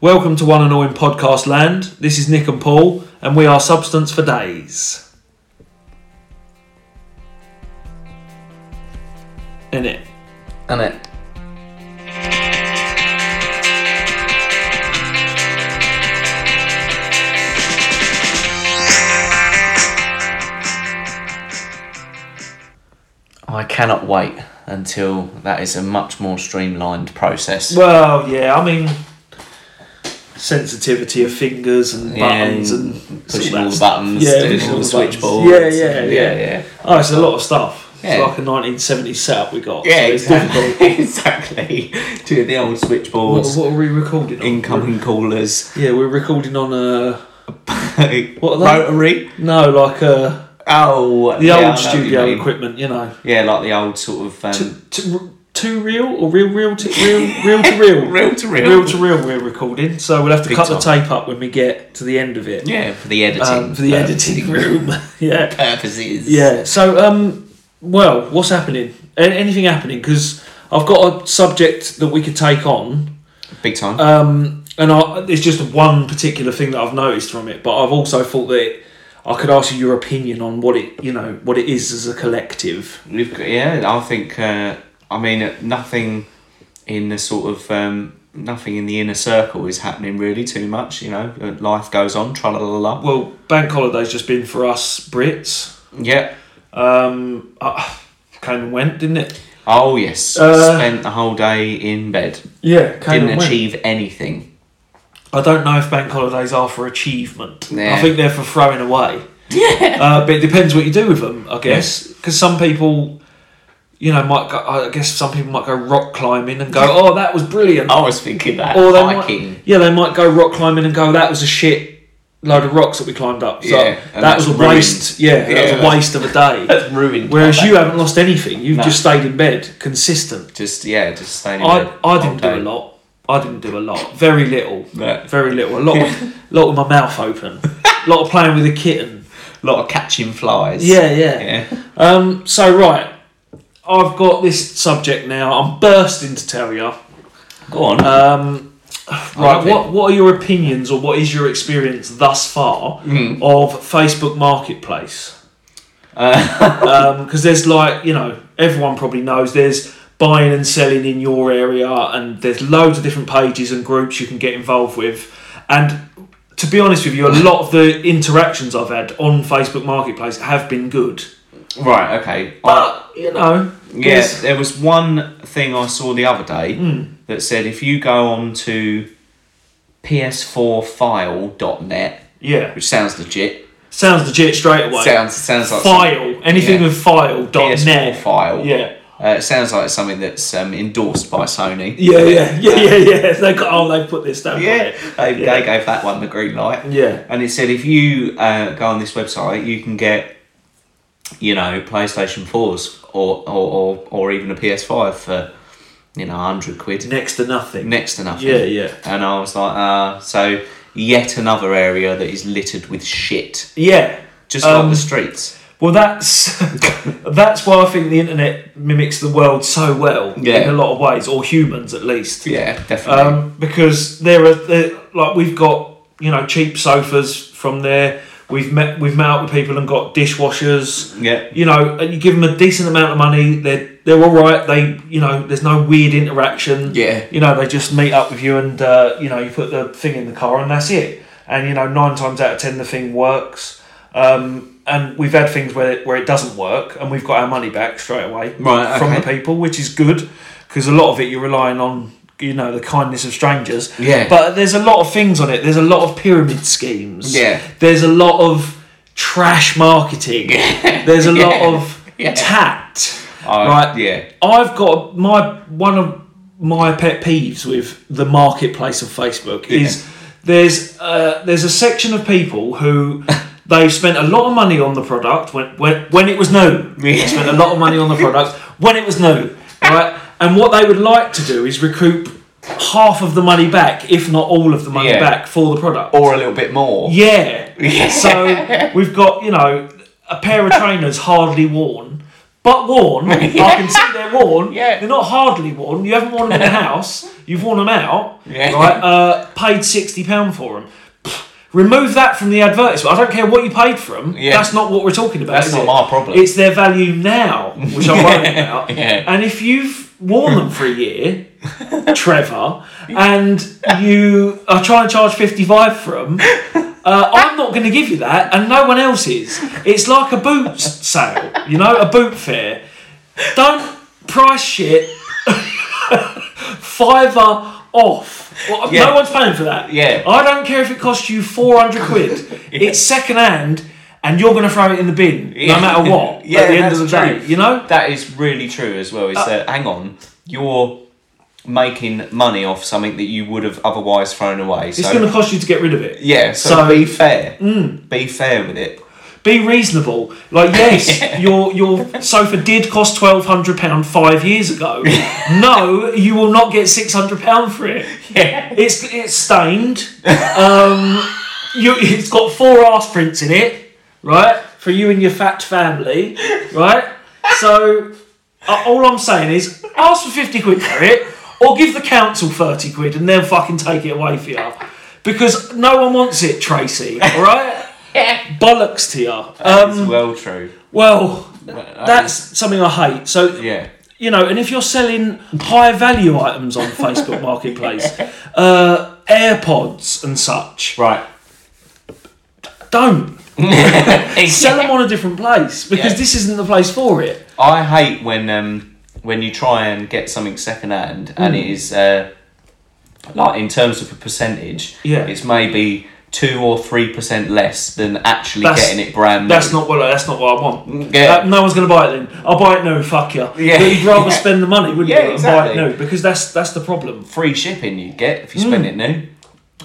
Welcome to One Annoying Podcast Land. This is Nick and Paul, and we are Substance for Days. In it. And it. I cannot wait until that is a much more streamlined process. Well, yeah, I mean, sensitivity of fingers and buttons and, pushing all all that the stuff. buttons, Yeah, doing pushing all the all the buttons. switchboards. Yeah, yeah, yeah. yeah. Oh, it's a lot of stuff. Yeah. It's like a 1970s setup we got. Yeah, so it's difficult. exactly. exactly. To the old What, switchboards, what are we recording on? incoming callers, Yeah, we're recording on a What are they? rotary. no, like uh Oh, the yeah, I know old what you studio mean. equipment. You know, Yeah, like the old sort of T- um, t- r- too real or real real to real real to real reel to reel. real to real. We're recording, so we'll have to Big cut the tape up when we get to the end of it yeah, for the editing. um, for the pur- editing room. yeah, purposes. yeah. So, um, well, what's happening? A- anything happening? Because I've got a subject that we could take on. big time. Um, and I, it's just one particular thing that I've noticed from it, but I've also thought that I could ask you your opinion on what it, you know, what it is as a collective. We've got, yeah, I think. Uh, I mean, nothing in the sort of um, nothing in the inner circle is happening really too much. You know, Uh, life goes on. Tra la la la. Well, bank holiday's just been for us Brits. Yeah. Um, uh, came and went, didn't it? Oh yes. Uh, Spent the whole day in bed. Yeah, came Didn't and went. achieve anything. I don't know if bank holidays are for achievement. Yeah. I think they're for throwing away. Yeah. Uh, but it depends what you do with them, I guess. Because some people, you know, might go, I guess some people might go rock climbing and go, oh, that was brilliant. I was thinking that Or they hiking. might, yeah, they might go rock climbing and go, that was a shit load of rocks that we climbed up. So Yeah, that, and that's was a ruined. waste. Yeah, Yeah, that was a that's- waste of a day. That's ruined. Whereas my you day. haven't lost anything. You've No. just stayed in bed, consistent. just yeah, just staying. In I, bed I all didn't day. do a lot. I didn't do a lot. Very little. No. Very little. A lot, of, lot with my mouth open. A lot of playing with a kitten. lot of catching flies. Yeah, yeah. Yeah. Um, so right, I've got this subject now. I'm bursting to tell you. Go on. Um, right, love it. what what are your opinions or what is your experience thus far Mm-hmm. of Facebook Marketplace? Uh, Because there's like you know everyone probably knows there's buying and selling in your area and there's loads of different pages and groups you can get involved with and to be honest with you a lot of the interactions i've had on facebook marketplace have been good right. Okay. I- but you know Yes, there's- there was one thing I saw the other day Hmm. that said if you go on to ps4file.net, yeah which sounds legit, sounds legit straight away sounds sounds like file anything yeah. with file some- dot PS4 net file. Yeah. Uh, it sounds like something that's um, endorsed by Sony. Yeah, yeah, yeah, yeah, yeah. They got, oh, they put this down. Yeah, they, Yeah. they gave that one the green light. Yeah. And it said if you uh, go on this website, you can get, you know, PlayStation 4s or, or, or, or even a PS5 for, you know, 100 quid. Next to nothing. next to nothing. Yeah, yeah. And I was like, uh, so yet another area that is littered with shit, Yeah. just Um, like the streets. Well, that's that's why I think the internet mimics the world so well in a Yeah. lot of ways, or humans at least. Yeah, definitely. Um, because there are there, like we've got you know cheap sofas from there. We've met we've met up with people and got dishwashers. yeah, you know, and you give them a decent amount of money, they're they're all right. They, you know, there's no weird interaction. Yeah. You know, they just meet up with you, and uh, you know, you put the thing in the car, and that's it. And you know, nine times out of ten, the thing works. Um, and we've had things where where it doesn't work, and we've got our money back straight away Right, from the okay. people, which is good because a lot of it you're relying on. You know the kindness of strangers. Yeah. But there's a lot of things on it. There's a lot of pyramid schemes. Yeah. There's a lot of trash marketing. There's a lot Yeah. of Yeah. tact. I- right. yeah. I've got my one of my pet peeves with the marketplace of Facebook is there's uh, there's a section of people who they've spent a lot of money on the product when when, when it was new. They spent a lot of money on the product when it was new, right? And what they would like to do is recoup half of the money back, if not all of the money Yeah. back for the product. or a little bit more. Yeah. So we've got, you know, a pair of trainers hardly worn, but worn. I can see they're worn. Yeah. They're not hardly worn. You haven't worn them in the house. You've worn them out. Yeah. Right. Uh, paid sixty pound for them. Remove that from the advertisement. I don't care what you paid for them. Yeah. That's not what we're talking about. That's is not it? my problem. It's their value now, which I'm worried about. Yeah. And if you've worn them for a year, Trevor, and you are trying to charge 55 for them, uh, I'm not going to give you that, and no one else is. It's like a boot sale, you know, a boot fair. Don't price shit fiver off. Well, Yeah. No one's paying for that. Yeah. I don't care if it costs you 400 quid. It's second hand, and you're going to throw it in the bin Yeah. no matter what Yeah, at the end of the that's day, true. you know? Uh, That is really true as well. Is that hang on, you're making money off something that you would have otherwise thrown away. It's so going to cost you to get rid of it. yeah, so, so- mm. be fair. Be fair with it. Be reasonable. Like, yes, your your sofa did cost twelve hundred pound five years ago. no, you will not get six hundred pound for it. Yeah. It's it's stained. Um, you it's got four arse prints in it, right? For you and your fat family, right? So uh, all I'm saying is, ask for fifty quid for it, or give the council thirty quid and then fucking take it away for you, because no one wants it, Tracy. All right? Bollocks to you. Um, It's well true. well, that's something I hate. So Yeah. you know, and if you're selling high value items on Facebook Marketplace, uh, AirPods and such, Right. don't sell them on a different place because Yeah. this isn't the place for it. I hate when um when you try and get something second hand and Mm. it is uh like in terms of a percentage, Yeah. it's maybe two or three percent less than actually That's- getting it brand new. That's not what that's not what I want. Yeah. Uh, no one's going to buy it then. I'll buy it new. Fuck you. Yeah. But you'd rather Yeah. spend the money, wouldn't Yeah, you, and buy exactly. it new because that's that's the problem. free shipping you get if you spend Hmm. it new.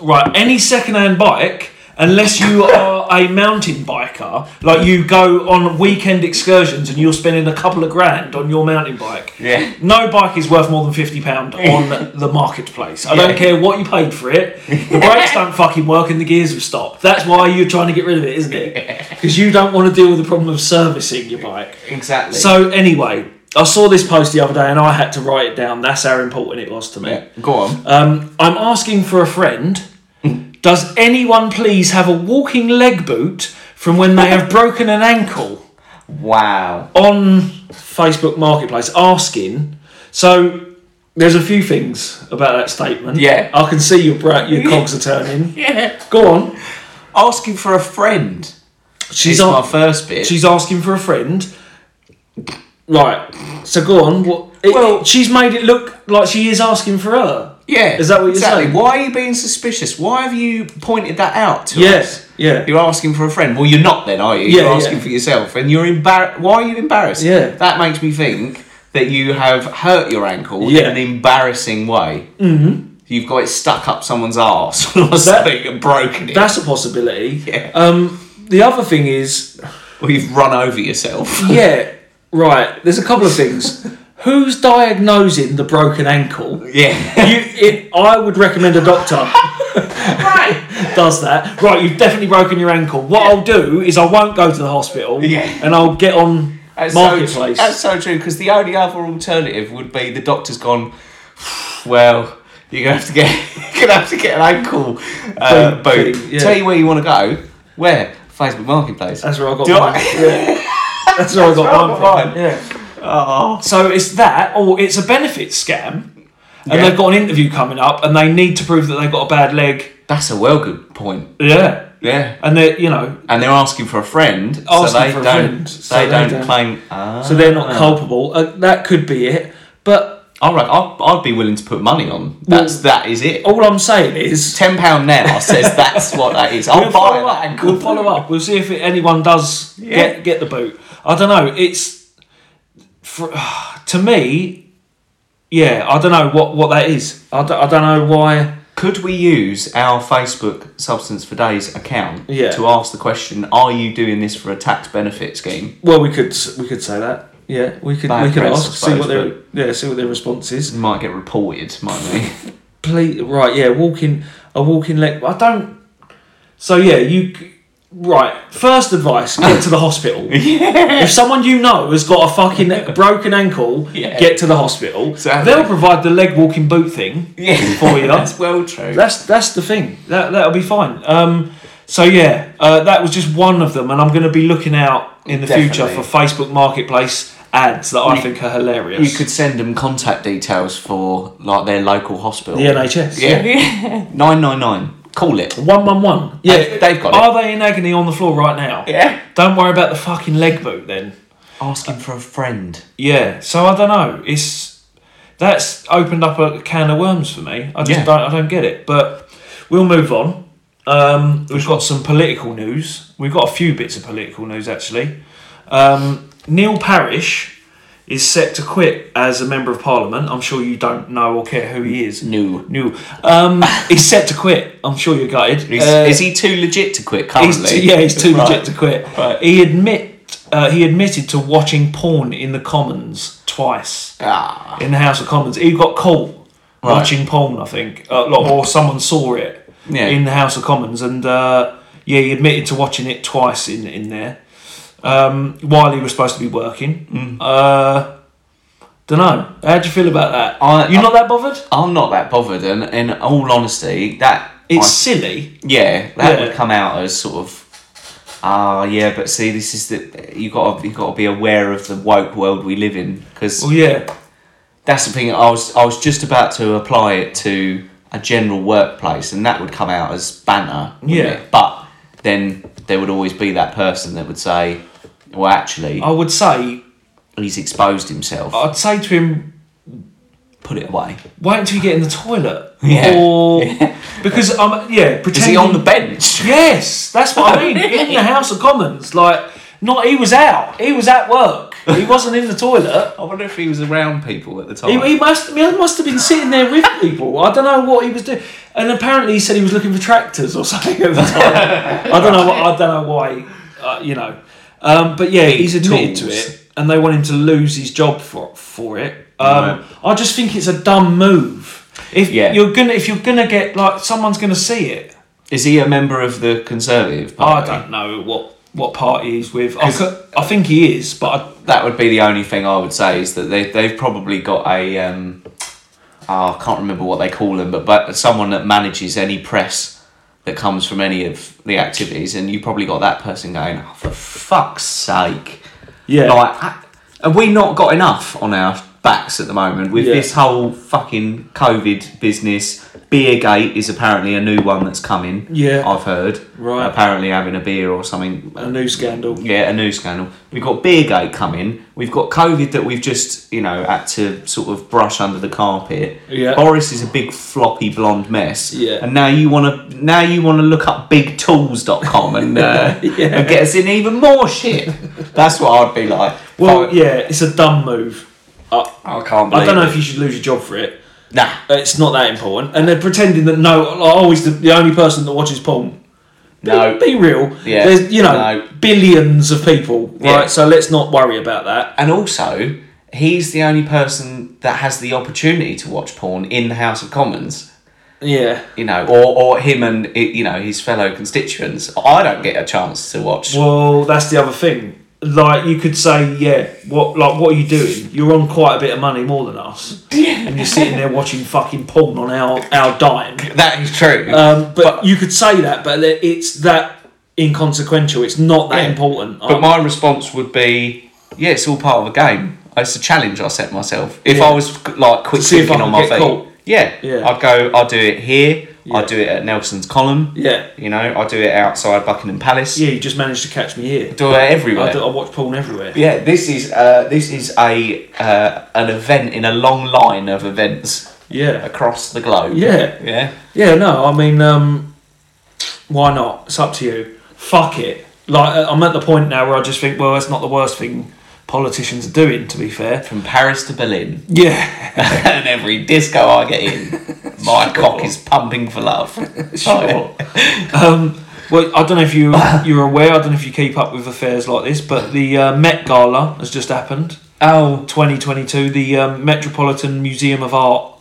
right, any second-hand bike, unless you are a mountain biker, like you go on weekend excursions and you're spending a couple of grand on your mountain bike. Yeah. No bike is worth more than fifty pound on the marketplace. I Yeah. don't care what you paid for it. The brakes don't fucking work and the gears have stopped. That's why you're trying to get rid of it, isn't it? Because you don't want to deal with the problem of servicing your bike. Exactly. So anyway, I saw this post the other day and I had to write it down. That's how important it was to me. yeah, go on. Um, I'm asking for a friend. Does anyone please have a walking leg boot from when they have broken an ankle wow. on Facebook Marketplace? Asking. So there's a few things about that statement. Yeah. I can see your bra- your cogs are turning. Yeah. Go on. Asking for a friend. She's is my a- first bit. she's asking for a friend. Right. So go on. What? it- Well- she's made it look like she is asking for her. yeah. Is that what you're exactly. saying? Why are you being suspicious? Why have you pointed that out to us? Yes. Yeah. You're asking for a friend. Well, you're not then, are you? Yeah, you're asking yeah. for yourself, and you're embarrassed. Why are you embarrassed? Yeah. That makes me think that you have hurt your ankle Yeah. in an embarrassing way. Mm-hmm. You've got it stuck up someone's arse or something and broken it. That's a possibility. Yeah. Um, the other thing is, or you've run over yourself. yeah, right. There's a couple of things. Who's diagnosing the broken ankle? You, Yeah. it, I would recommend a doctor right. does that. Right, you've definitely broken your ankle. What I'll do is I won't go to the hospital, Yeah. and I'll get on That's So, marketplace. that's so true because the only other alternative would be the doctor's gone. Well, you're gonna have to get you're gonna have to get an ankle Boot, uh, boot. boot, yeah. Uh. Tell you where you want to go. Where Facebook Marketplace. That's where I got Do mine. I- Yeah. That's where I where I got got mine. mine. From. Yeah. oh. So it's that, or it's a benefits scam, and Yeah. they've got an interview coming up, and they need to prove that they've got a bad leg. That's a well good point. Yeah. Yeah. And they're, you know, And they're asking for a friend, so Asking they for a don't. friend, they, so they don't don't. claim. Ah. so they're not culpable. Uh, that could be it. But All right, I'd, I'd be willing to put money on. That's that is it. all I'm saying is, Ten pound now says that's what that is. I'll we'll buy follow, that up. ankle. we'll follow up. We'll see if it, anyone does Yeah. get get the boot. I don't know. It's for, to me, yeah. I don't know what what that is. I don't, I don't know why. Could we use our Facebook Substance for Days account Yeah. to ask the question, are you doing this for a tax benefit scheme? Well, we could s- we could say that. Yeah, we could Bad we could press, I ask see what their suppose, yeah see what their response is. It might get reported, might we? Please, right? Yeah, walking a walking leg. I don't. So yeah, you c- Right, first advice: get to the hospital. If someone you know has got a fucking broken ankle, Yeah. get to the hospital. Exactly. They'll provide the leg walking boot thing Yeah. for you. That's well true. That's that's the thing. That that'll be fine. Um, so yeah, uh, that was just one of them, and I'm going to be looking out in the future for Definitely. Facebook Marketplace ads that I think are hilarious. You could send them contact details for like their local hospital. the NHS. Yeah. Nine nine nine. Call it. One one one. Yeah, They've- they've got it. Are they in agony on the floor right now? Yeah. Don't worry about the fucking leg boot then. Asking for a friend. Yeah. So I don't know. It's that's opened up a can of worms for me. I just Yeah. don't. I don't get it. But we'll move on. Um, we've got some political news. We've got a few bits of political news actually. Um, Neil Parish is set to quit as a member of Parliament. I'm sure you don't know or care who he is. No. Neil. Um, he's set to quit. I'm sure you're gutted. Is, Uh, is he too legit to He's quit currently? too- yeah, he's too Right. legit to quit. Right. He admit uh, he admitted to watching porn in the Commons twice Ah. in the House of Commons. He got caught watching porn, I think, uh, like, or someone saw it Yeah. in the House of Commons, and uh, yeah, he admitted to watching it twice in in there um, while he was supposed to be working. Mm. Uh, don't know. How do you feel about that? I- You're I- not that bothered? I'm not that bothered, and in all honesty, that It's I- silly. yeah, that Yeah. would come out as sort of ah yeah, but see, this is the you got you got to be aware of the woke world we live in because Well, yeah, that's the thing. I was I was just about to apply it to a general workplace, and that would come out as banner. wouldn't Yeah. it? but then there would always be that person that would say, well, actually, I would say he's exposed himself. I'd say to him, Put it away. wait until you get in the toilet. Yeah. Or because um yeah, pretend Is he on the Oh, bench? Yes, that's what I mean. in the House of Commons. Like not he was out. He was at work. He wasn't in the toilet. I wonder if he was around people at the time. He, he must he must have been sitting there with people. I don't know what he was doing. And apparently he said he was looking for tractors or something at the time. I don't know what I don't know why uh, you know. Um, but yeah, he's admitted to tools. it and they want him to lose his job for for it. Um, I just think it's a dumb move. If Yeah. you're gonna if you're gonna get like someone's gonna see it. Is he a member of the Conservative I Party? don't know what what party he's with. I, cou- I think he is, but I, That would be the only thing I would say is that they they've probably got a um, oh, I can't remember what they call them, but but someone that manages any press that comes from any of the activities, and you probably got that person going, oh, for fuck's sake, yeah, like ha- have we not got enough on our backs at the moment with Yeah. this whole fucking COVID business? Beergate is apparently a new one that's coming. Yeah. I've heard. Right. Apparently having a beer or something a new scandal. yeah, a new scandal. We've got Beergate coming. We've got COVID that we've just, you know, had to sort of brush under the carpet. Yeah. Boris is a big floppy blonde mess. Yeah. And now you want to now you want to look up bigtools.com and, uh, Yeah. and get us in even more shit. That's what I'd be like. Well, Fuck, yeah, it's a dumb move. I, I can't believe I don't know it. if you should lose your job for it. Nah. It's not that important, and they're pretending that no, I'm always the, the only person that watches porn. Be- No. be, real. Yeah. There's you know No. billions of people, Yeah. right? So let's not worry about that. And also, he's the only person that has the opportunity to watch porn in the House of Commons. Yeah. you know, or, or him and i- you know his fellow constituents. I don't get a chance to watch. Well, that's the other thing. Like you could say, yeah, what like what are you doing? You're on quite a bit of money more than us, and you're sitting there watching fucking porn on our our dime. That is true. Um, but, you could say that, but it- it's that inconsequential. It's not that Yeah. important. Um, but I- my response would be, yeah, it's all part of the game. It's a challenge I set myself. If Yeah. I was like quick See if I thinking on could my get feet, caught. yeah, Yeah. I'd go. I'd do it here. Yeah. I'd do it at Nelson's Column. yeah, You know, I do it outside Buckingham Palace. yeah, you just managed to catch me here. Do it everywhere. I, do- I watch porn everywhere. yeah, this is uh, this is a uh, an event in a long line of events Yeah, across the globe. Yeah. yeah. yeah. No, I mean, um, why not? It's up to you. Fuck it. Like I- I'm at the point now where I just think, well, that's not the worst thing politicians are doing. To be fair. From Paris to Berlin. Yeah. and every disco I get in, my cock is pumping for love. Sure. um, well, I don't know if you you're aware. I don't know if you keep up with affairs like this, but the uh, Met Gala has just happened. Oh, 2022, the um, Metropolitan Museum of Art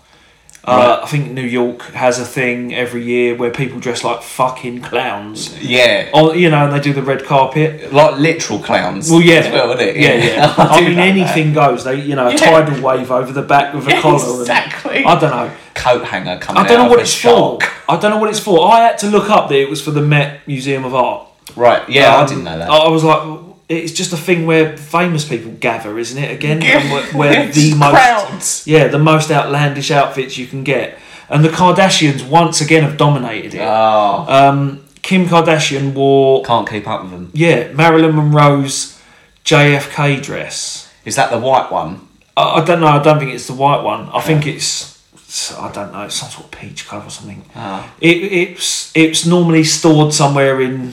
Uh, I think New York has a thing every year where people dress like fucking clowns. Yeah. Oh, you know, and they do the red carpet. Like literal clowns. Well, yeah, as well, isn't it? yeah, yeah. I I, do mean, like anything goes. They, you know, a Yeah. tidal wave over the back with a that. collar. and- Exactly. I don't know. Coat hanger coming I don't out know what of it's a shark. for. I don't know what it's for. I had to look up that it was for the Met Museum of Art. Right. Yeah, I Um, didn't know that. I I was like, it's just a thing where famous people gather, isn't it? Again, and where, where It's the most crowds. yeah the most outlandish outfits you can get, and the Kardashians once again have dominated it. Oh, Um, Kim Kardashian wore can't keep up with them. yeah Marilyn Monroe's JFK dress. Is that the white one? I, I don't know. I don't think it's the white one. I think it's. it's- I don't know. It's some sort of peach colour or something. Ah. It, it's it's normally stored somewhere in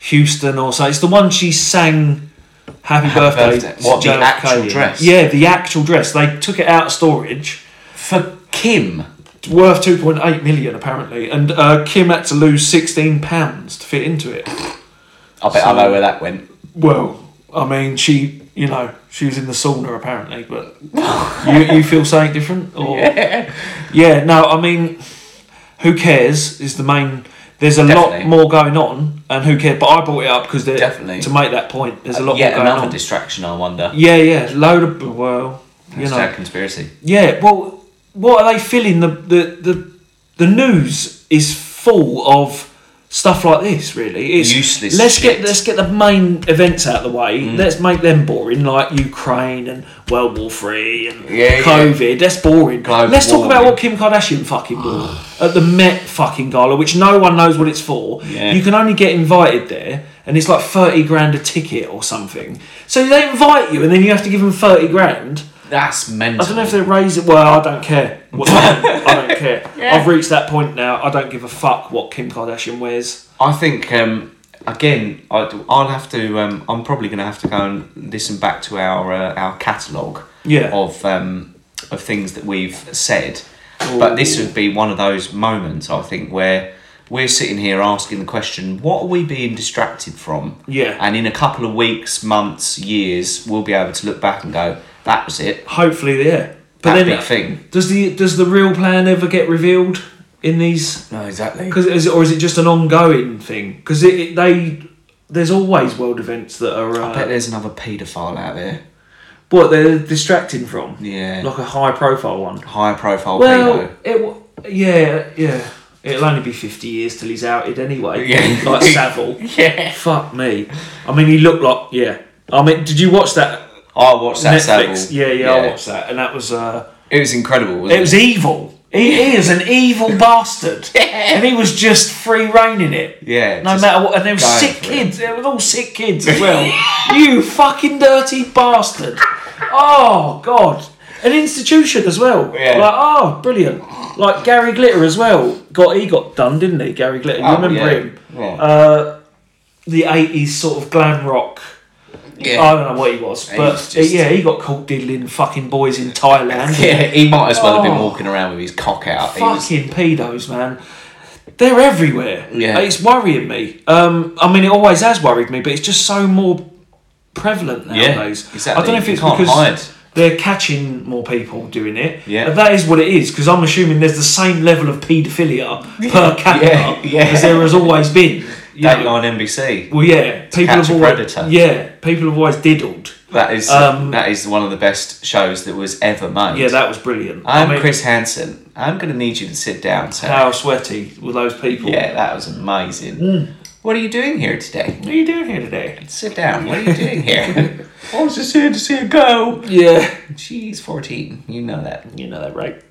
Houston or so. It's the one she sang "Happy, Birthday." Birthday. to What, the JFK actual in. dress? Yeah, the actual dress. They took it out of storage. For Kim. It's worth two point eight million apparently, and uh, Kim had to lose sixteen pounds to fit into it. I bet I know where that went. Well, I mean, she, you know, she was in the sauna apparently, but you, you feel something different, or Yeah. Yeah, no, I mean, who cares is the main. There's a Definitely. lot more going on, and who cares? But I brought it up because Definitely. Uh, to make that point. There's a lot Yet more going another on. distraction, I wonder. yeah, yeah, load of well, you know, Hashtag conspiracy. yeah. Well, what are they filling the the the the news is full of stuff like this. Really, it's Useless Let's shit. Mm. get let's get the main events out of the way. Let's make them boring, like Ukraine and World War Three and Yeah, yeah. COVID. That's boring. Global let's talk about warming. Ah. what Kim Kardashian fucking wore at the Met fucking gala, which no one knows what it's for. Yeah. You can only get invited there. And it's like thirty grand a ticket or something. So they invite you, and then you have to give them thirty grand. That's mental. I don't know if they raise it. Well, I don't care. What they do. I don't care. I've reached that point now. I don't give a fuck what Kim Kardashian wears. I think um, again, I, will have to. Um, I'm probably going to have to go and listen back to our uh, our catalogue Yeah. of um, of things that we've said. But this would be one of those moments, I think, where we're sitting here asking the question: What are we being distracted from? Yeah. And in a couple of weeks, months, years, we'll be able to look back and go, "That was it. Hopefully, yeah. But That then, big thing." does the does the real plan ever get revealed in these? No, exactly. Because is it, or is it just an ongoing thing? Because it, it they there's always world events that are I bet uh, there's another paedophile out there. what they're distracting from. Yeah. Like a high profile one. Higher profile Well, pedo. it w- yeah yeah. It'll only be fifty years till he's outed anyway. Yeah. like Savile. Yeah. Fuck me. I mean, he looked like yeah. I mean, did you watch that I watched that Netflix? Savile. Yeah, yeah, I watched that, and that was uh, It was incredible, wasn't it was evil. He, he is an evil bastard, and he was just free reigning it. Yeah, no just matter what. And they were going sick for it. kids. They were all sick kids as well. you fucking dirty bastard! Oh god, an institution as well. Yeah. Like oh, brilliant. Like Gary Glitter as well. Got he got done, didn't he? Gary Glitter. You Oh, remember yeah. him? Yeah. Uh, the eighties sort of glam rock. Yeah. I don't know what he was, He but was just- yeah, he got caught diddling fucking boys in Thailand. yeah, he might as well have been Oh. walking around with his cock out. He was- Fucking pedos, man. They're everywhere. Yeah. It's worrying me. Um, I mean, it always has worried me, but it's just so more prevalent nowadays. exactly. I don't know if You it's can't because hide. they're catching more people doing it. Yeah. But that is what it is, because I'm assuming there's the same level of paedophilia per capita yeah. as there has always been. you know. Dateline NBC. Well, yeah, people catch have a always predator. yeah, people have always diddled. That is Um, that is one of the best shows that was ever made. Yeah, that was brilliant. I'm I mean, Chris Hansen. I'm going to need you to sit down, sir. How sweaty were those people? Yeah, that was amazing. Mm. What are you doing here today? What are you doing here today? Sit down. What are you doing here? I was just here to see a go. Yeah. She's 14. You know that. You know that, right?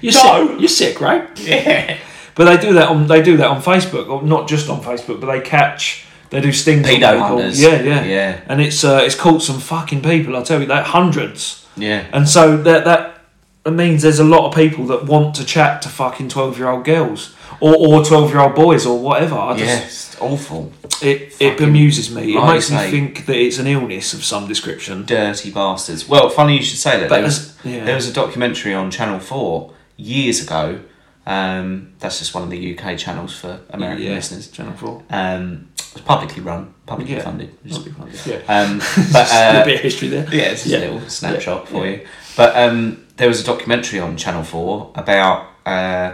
You're No. sick. You're sick, right? Yeah. But they do that on they do that on Facebook, or not just on Facebook, but they catch they do stings. on Pedo people. hunters. Yeah, yeah, Yeah. And it's uh, it's caught some fucking people. I tell you, that hundreds. Yeah. And so that that that means there's a lot of people that want to chat to fucking twelve year old girls or or twelve year old boys or whatever. I just, Yes. awful. It it bemuses me. It like makes you me say. think that it's an illness of some description. dirty bastards. Well, funny you should say that. But There was, as- yeah. there was a documentary on Channel Four years ago. Um, that's just one of the UK channels for American Yeah, listeners. Channel Four. Um, it's publicly run, publicly Yeah. funded. Yeah. Um, but a uh, bit of history there. yeah, it's just Yeah. a little snapshot for you. But um, there was a documentary on Channel Four about uh,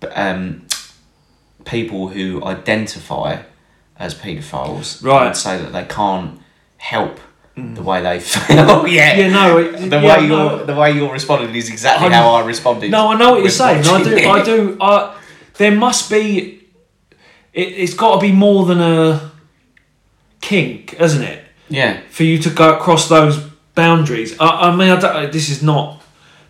b- um, people who identify as paedophiles. Right. Mm. And say that they can't help the way they feel. yeah. Yeah, no, it- The yeah, way no. you're the way you're responding is exactly I'm- how I responded. No, I know what you're with saying. I do. watching I it. do. I, there must be. It, it's got to be more than a kink, isn't it? Yeah. For you to go across those boundaries. I, I mean, I don't, uh, this is not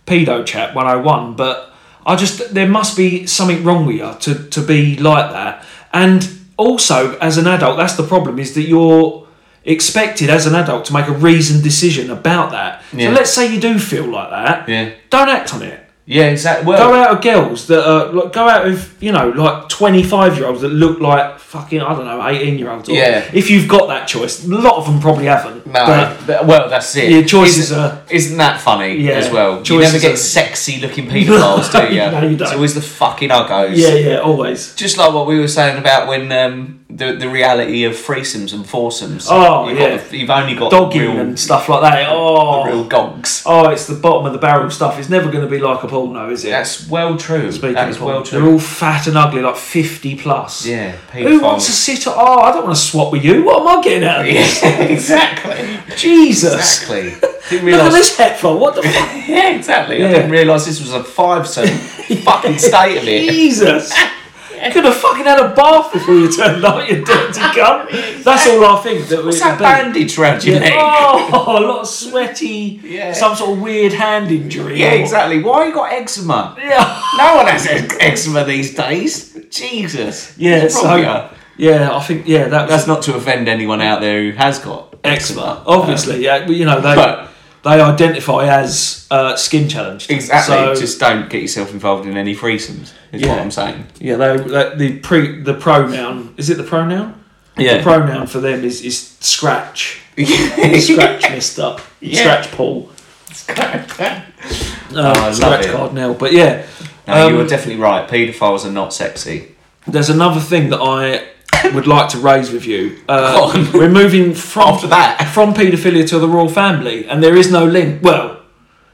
pedo chat 101, but I just there must be something wrong with you to to be like that. And also, as an adult, that's the problem is that you're expected as an adult to make a reasoned decision about that. Yeah. So let's say you do feel like that. Yeah. Don't act on it Yeah. Exactly. go Well. out with girls that are like go out with you know like 25 year olds that look like fucking i don't know 18 year olds or- Yeah. if you've got that choice a lot of them probably haven't No, but but- well, that's it. Your choices isn't, are- Isn't that funny Yeah, as well? You choices never get are- sexy looking paedophiles, do you? No, you don't. It's always the fucking uggos. yeah yeah always Just like what we were saying about when um, the the reality of threesomes and foursomes. Oh, you've yeah. Got the, you've only got the dogging real, and stuff like that the oh real gonks. oh it's the bottom of the barrel stuff it's never going to be like a porno is it That's well true. Speaking that of is porn, well they're true. all fat and ugly like 50 plus Yeah, who wants to paedophiles. sit? Oh, I don't want to swap with you. What am I getting out of this? Yeah, exactly. Jesus! Exactly. Didn't Look at realise this heifer. What the fuck? Yeah, exactly. Yeah. I didn't realise this was a five so fucking state of it. Jesus. Could have fucking had a bath before you turned up, you dirty cunt. That's all I think. That What's that bandage round your neck? Oh, a lot of sweaty, Yeah. some sort of weird hand injury. Yeah, or- exactly. Why you got eczema? Yeah, No one has ex- eczema these days. Jesus. yeah. What's wrong with So, you? yeah, I think yeah, that was that's not to offend anyone out there who has got eczema. Obviously, yeah, but, you know they Um, but- they identify as uh, skin challenged. Exactly. So, Just don't get yourself involved in any threesomes. Is Yeah. what I'm saying. yeah, they, they, the pre the pronoun is it the pronoun? The Yeah. pronoun for them is is scratch, Scratch. scratch, Mister, Yeah. Oh, scratch, Paul. I uh, love scratch it. card now. But yeah, No, Um, you are definitely right. Paedophiles are not sexy. there's another thing that I would like to raise with you. Go Uh, on. we're moving from After that. from paedophilia to the royal family, and there is no link. Well,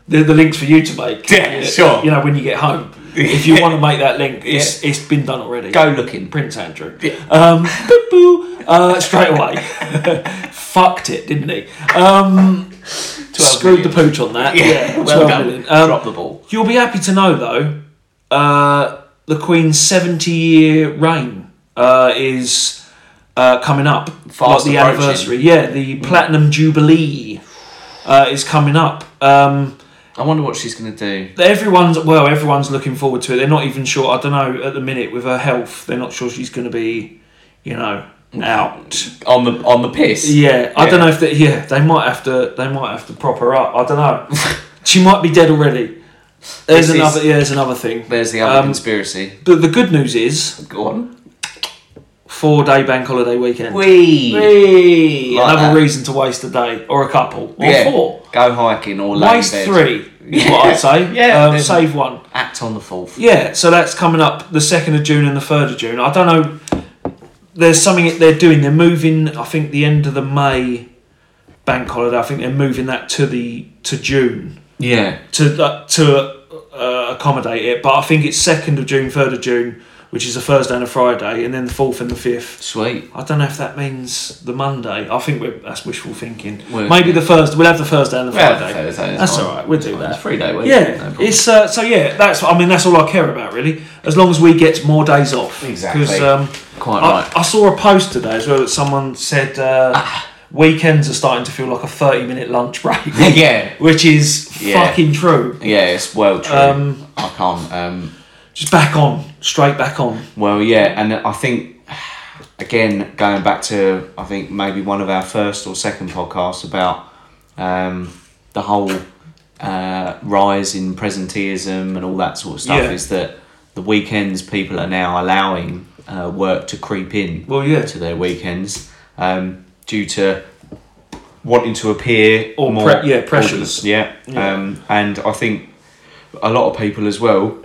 the the links for you to make. Yeah, You- sure. You know when you get home, if you want to make that link, it's it's been done already. Go looking. Prince Andrew. Um, boop, boo, uh, straight away. Fucked it, didn't he? Um, screwed the million. pooch on that. well 12 done. million. Um, Drop the ball. You'll be happy to know, though, uh, the Queen's 70 year reign uh, is uh, coming up. Fast the approaching. anniversary. Yeah, the Platinum Jubilee uh, is coming up. Um, I wonder what she's going to do. everyone's, well, everyone's looking forward to it. They're not even sure, I don't know, at the minute with her health, they're not sure she's going to be, you know, out. on the on the piss. Yeah, I don't Yeah. know if they, yeah, they might have to, they might have to prop her up. I don't know. she might be dead already. There's This is- another, yeah, there's another thing. There's the other Um, conspiracy. But the good news is Go on. four day bank holiday weekend. Wee. Whee! Like Another that. reason to waste a day or a couple or yeah. four. Go hiking or lay in Waste bed. three is what I'd say. Yeah, um, then- save one. Act on the fourth. Yeah, so that's coming up the second of June and the third of June. I don't know. There's something that they're doing. They're moving. I think the end of the May bank holiday. I think they're moving that to the to June Yeah. to uh, to uh, accommodate it. But I think it's second of June, third of June, which is a Thursday and a Friday, and then the fourth and the fifth. Sweet. I don't know if that means the Monday. I think we're, that's wishful thinking. Well, Maybe yeah. the Thursday. We'll have the Thursday and the Well, Friday. Thursday is that's fine. all right. We'll do eh? It's that. a three-day week. Yeah, No problem. it's uh, so yeah. That's I mean that's all I care about really. As long as we get more days off. Exactly. Because um, Quite I, right. I saw a post today as well that someone said uh, Ah. weekends are starting to feel like a thirty-minute lunch break, yeah. which is Yeah. fucking true. Yeah. It's well true. Um, I can't. Um, Just back on, straight back on. well, yeah, and I think again going back to I think maybe one of our first or second podcasts about um, the whole uh, rise in presenteeism and all that sort of stuff Yeah. is that the weekends people are now allowing uh, work to creep in Well, yeah. to their weekends um, due to wanting to appear Or more pre- yeah, pressures. yeah, Yeah. Um, and I think a lot of people as well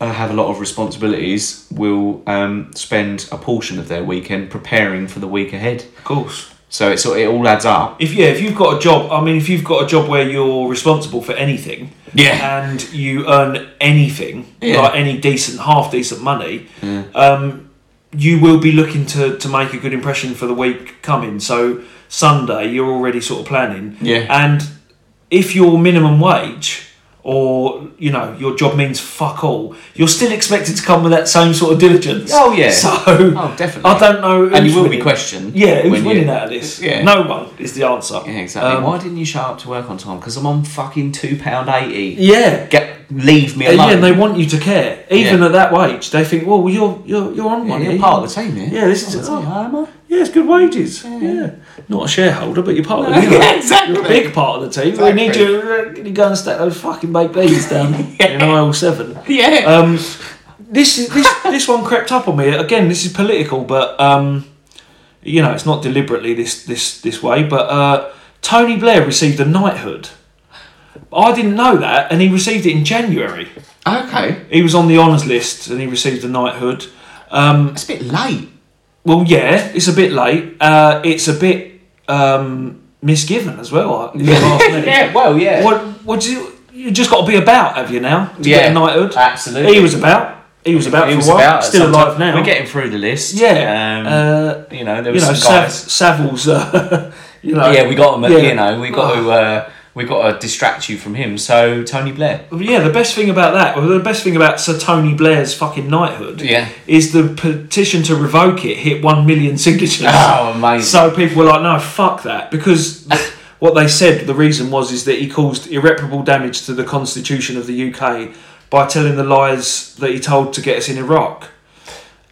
uh, have a lot of responsibilities will um, spend a portion of their weekend preparing for the week ahead Of course. So it's it all adds up. If yeah, if you've got a job, I mean, if you've got a job where you're responsible for anything, Yeah. and you earn anything, Yeah. like any decent, half decent money, um, you will be looking to to make a good impression for the week coming. So Sunday, you're already sort of planning. Yeah. and if your minimum wage. Or you know your job means fuck all. You're still expected to come with that same sort of diligence. Oh, yeah. So Oh, definitely. I don't know. And who's you will be winning. questioned. Yeah, who's when you- winning out of this? Yeah. No one is the answer. Yeah, exactly. Um, Why didn't you show up to work on time? Because I'm on fucking two pound eighty. yeah. Get leave me Uh, alone. yeah, and they want you to care. Even Yeah. at that wage, they think, well, you're you're, you're on Yeah, one. you're here. part of the team, yeah. Yeah, this is- Oh, am I? Yeah, it's good wages. Yeah. Not a shareholder, but you're part of the team. Yeah, exactly. You're a big part of the team. They need you uh, you go and stack those fucking baked beans down in aisle seven. Yeah. Um, this is this this one crept up on me again. This is political, but um, you know it's not deliberately this this this way. But uh, Tony Blair received a knighthood. I didn't know that, and he received it in January. okay. He was on the honours list, and he received a knighthood. Um, It's a bit late. well, yeah, it's a bit late. Uh, it's a bit um, misgiven as well. if you ask me. Well, yeah. What what do you you just got to be about, have you now? To Yeah, get a knighthood. absolutely. He was about. He was about He for was a while. about at Still some alive time. now. We're getting through the list. yeah. Um, uh, you know, there you was know, some Sav- guys. Savile's. Uh, you know. yeah, we got him. yeah. You know, we got to. Uh, we got to distract you from him. So Tony Blair. Yeah, the best thing about that, or the best thing about Sir Tony Blair's fucking knighthood, Yeah. is the petition to revoke it hit one million signatures. Oh, amazing. So people were like, "No, fuck that," because th- what they said the reason was is that he caused irreparable damage to the constitution of the UK by telling the lies that he told to get us in Iraq,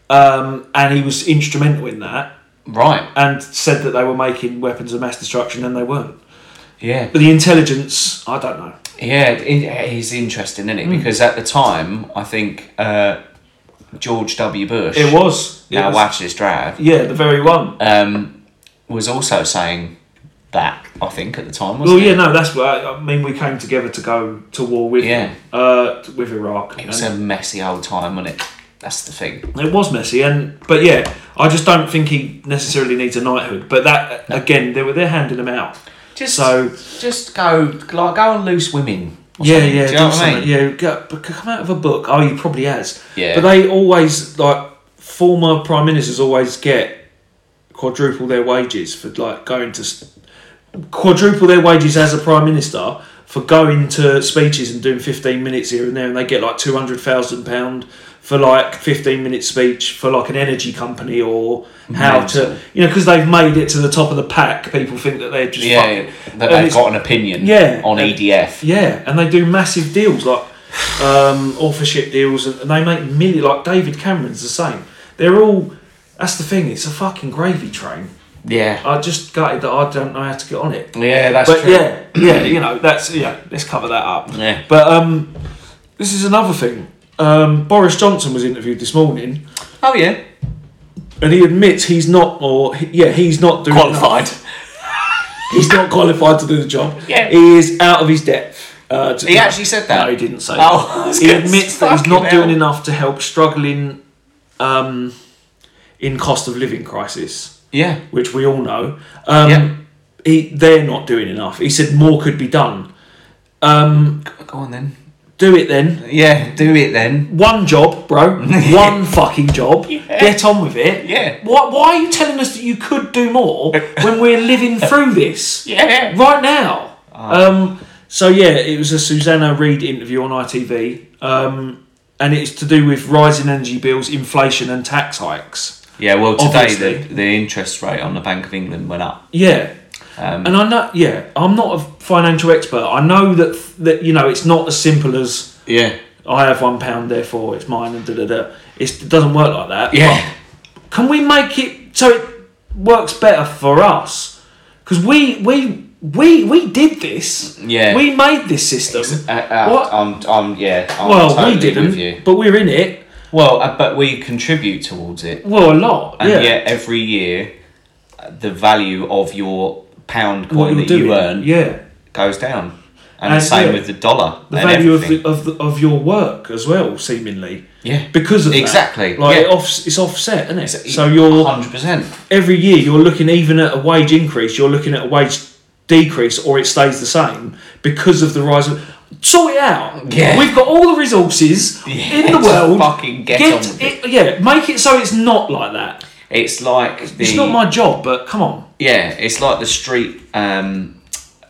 um, and he was instrumental in that, right. and said that they were making weapons of mass destruction, and they weren't. Yeah. But the intelligence, I don't know. Yeah, in, it's interesting, isn't it? Hmm. Because at the time, I think uh, George W. Bush, It was it now was- watch this drive, Yeah, the very one. um, was also saying that. I think at the time, Well, wasn't yeah, no, that's what I, I mean. We came together to go to war with, Yeah. uh, with Iraq. it? It was a messy old time, wasn't it? That's the thing. It was messy, and but yeah, I just don't think he necessarily needs a knighthood. But that again, they were they're handing him out. Just So just go like go on loose women. or yeah, something, yeah, do you know what I something. mean? yeah. Go, but come out of a book. Oh, he probably has. Yeah. But they always like former prime ministers always get quadruple their wages for like going to s- quadruple their wages as a prime minister for going to speeches and doing 15 minutes here and there and they get like 200,000 pound for like 15 minute speech for like an energy company or how to you know because they've made it to the top of the pack people think that they're just Yeah, fucking- that and they've it's- got an opinion Yeah. on E And- EDF. yeah, and they do massive deals like um, authorship deals, and, and they make million. Like David Cameron's the same. They're all. That's the thing. It's a fucking gravy train. Yeah, I just gutted that I don't know how to get on it. yeah, that's but true. yeah, yeah, you know that's yeah. Let's cover that up. Yeah. But um, this is another thing. Um, Boris Johnson was interviewed this morning, Oh yeah, and he admits he's not, or he- yeah, he's not doing enough. qualified. He's not qualified to do the job. Yeah. He is out of his depth. Uh, to He do- actually said that. No, he didn't say Oh, I that. was He gonna admits say, that he's not fucking doing hell. enough to help struggling um, in cost of living crisis, Yeah, which we all know. Um, Yeah. he, they're not doing enough. He said more could be done. go on then. Do it then. Yeah, do it then. One job, bro. One fucking job. Get on with it. Yeah. Why, why are you telling us that you could do more when we're living through this? Yeah. right now. Ah. Um, so yeah, it was a Susanna Reid interview on ITV, um, and it's to do with rising energy bills, inflation, and tax hikes. Yeah, well, today Obviously. the, the interest rate on the Bank of England went up. Yeah, Um, and I know. Yeah, I'm not a financial expert. I know that that you know it's not as simple as yeah. I have one pound, therefore it's mine, and da da da. It's, it doesn't work like that. Yeah. But can we make it so it works better for us? Because we we. We we did this. Yeah. We made this system. Uh, uh, What- I'm, I'm, yeah, I'm Well, totally we didn't, with you. but we're in it. Well, uh, but we contribute towards it. Well, a lot. And yeah. yet every year, uh, the value of your pound what you're coin that doing. you earn Yeah. goes down. And, And the same yeah. with the dollar. The and value of, everything. the, of, the, of your work as well, seemingly, yeah. because of that. Exactly, Like yeah. it offs, it's offset, isn't it? So you're hundred percent. every year you're looking even at a wage increase, you're looking at a wage decrease, or it stays the same because of the rise of. Sort it out. Yeah. We've got all the resources Yeah, in the just world. fucking get on with it. Yeah, make it so it's not like that. It's like the It's not my job, but come on. yeah. It's like the street um,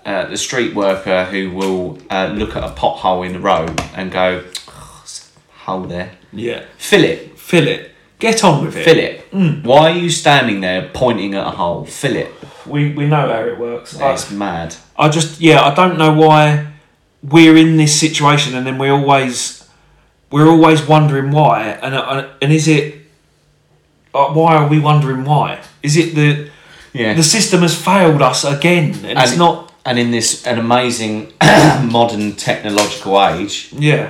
uh, the street worker who will uh, look at a pothole in the road and go, "Oh, it's a hole there, Yeah. fill it, Fill it. Get on with it. fill it. Mm. Why are you standing there pointing at a hole? Fill it. We, we know how it works. It's mad. I just yeah, I don't know why we're in this situation, and then we always we're always wondering why, and uh, and, and is it uh, why are we wondering why? Is it the Yeah. the system has failed us again, and, it's And- not and in this an amazing modern technological age, yeah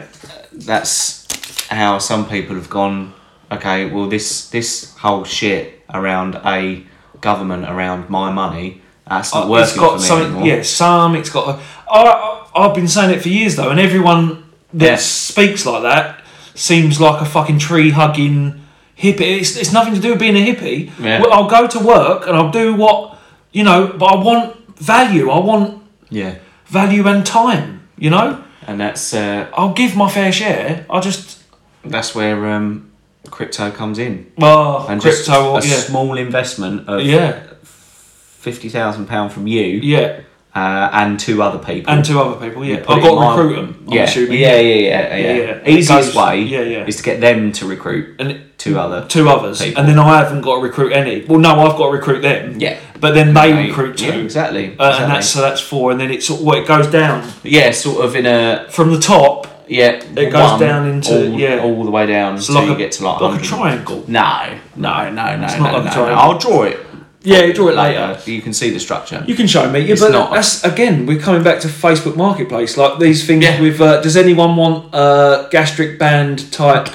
that's how some people have gone. Okay, well this this whole shit around a government around my money that's not working Uh, it's got for me some anymore. yeah some it's got a, I, I- I've been saying it for years though, and everyone that Yeah. speaks like that seems like a fucking tree hugging hippie. It's, it's nothing to do with being a hippie. Yeah. Well, I'll go to work and I'll do what you know, but I want value. I want Yeah, value and time. You know, and that's uh, I'll give my fair share. I just that's where um, crypto comes in well and crypto just or, a yeah small investment of yeah fifty thousand pound from you yeah. uh, and two other people. And two other people, yeah. Put I've it in got to my- recruit them, I'm yeah. assuming. yeah, yeah, yeah, yeah, Yeah, yeah. Goes- Easiest way yeah, yeah. is to get them to recruit And two other. two others, people. and then I haven't got to recruit any. Well, no, I've got to recruit them. Yeah. But then they Yeah, recruit two, yeah, exactly. uh, exactly. and that's so that's four, and then it's sort of, well, it goes down yeah, sort of in a from the top. yeah. It goes one, down into- all, yeah. all the way down It's until like you a, get to like, like a 100. triangle. No, no, no, no, not no, like a no, triangle. no. I'll draw it. Yeah, you draw it later. You can see the structure. You can show me, yeah, It's but not. that's again we're coming back to Facebook Marketplace. Like these things Yeah. with, uh, does anyone want a gastric band type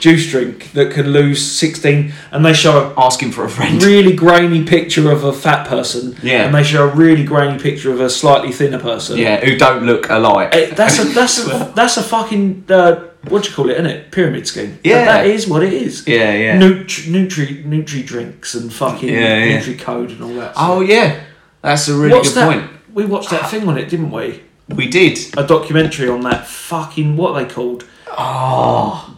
juice drink that can lose sixteen? And they show a Asking for a friend. really grainy picture of a fat person, Yeah. and they show a really grainy picture of a slightly thinner person, Yeah, who don't look alike. Eh, that's a that's a that's a fucking uh, what do you call it, isn't it? Pyramid scheme. Yeah. that is what it is. yeah, yeah. Nutri nutri nutri drinks and fucking Yeah, yeah. nutri code and all that. Oh yeah, that's a really What's good that? point. Ah. We watched that thing on it, didn't we? We did. A documentary on that fucking what are they called Oh,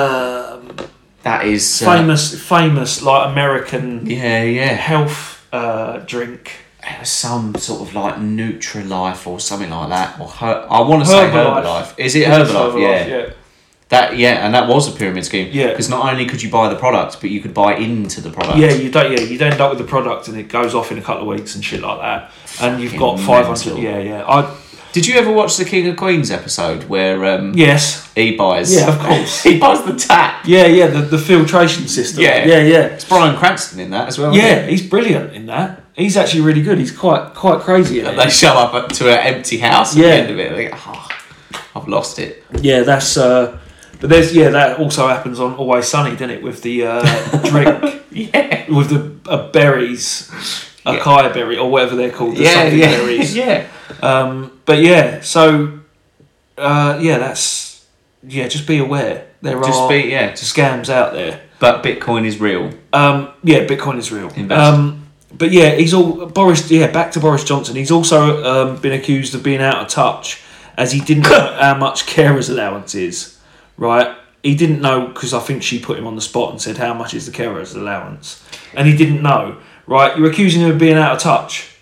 um, that is uh, famous famous like American Yeah, yeah. health uh, drink. It was some sort of like Nutrilife or something like that, or her- I want to say Herbalife. Herbalife. Is it Herbalife? yeah. yeah. That yeah, and that was a pyramid scheme. Yeah. because not only could you buy the product, but you could buy into the product. Yeah, you don't. Yeah, you don't end up with the product, and it goes off in a couple of weeks and shit like that. And you've got Fucking five hundred. mental. Yeah, yeah. I Did you ever watch the King of Queens episode where um, yes. he buys? Yeah, of course. he buys the tap. Yeah, yeah. The, the filtration system. Yeah. yeah, yeah. It's Brian Cranston in that as well. isn't Yeah, he's brilliant in that. He's actually really good. He's quite quite crazy. In it? They it. show up at- to an empty house at Yeah. the end of it. They go, oh, I've lost it. Yeah, that's. Uh, but there's yeah that also happens on Always Sunny, doesn't it? With the uh, drink, Yeah. with the uh, berries, Yeah. acai berry or whatever they're called. The Yeah, something yeah, berries. yeah. Um, but yeah, so uh, yeah, that's yeah. Just be aware there Just are be yeah. Just scams out there. but Bitcoin is real. Um, yeah, Bitcoin is real. Invest. Um, but yeah, he's all Boris. Yeah, back to Boris Johnson. He's also um, been accused of being out of touch as he didn't know how much carer's allowance is. Right, he didn't know because I think she put him on the spot and said, "How much is the carer's allowance?" And he didn't know. Right, you're accusing him of being out of touch.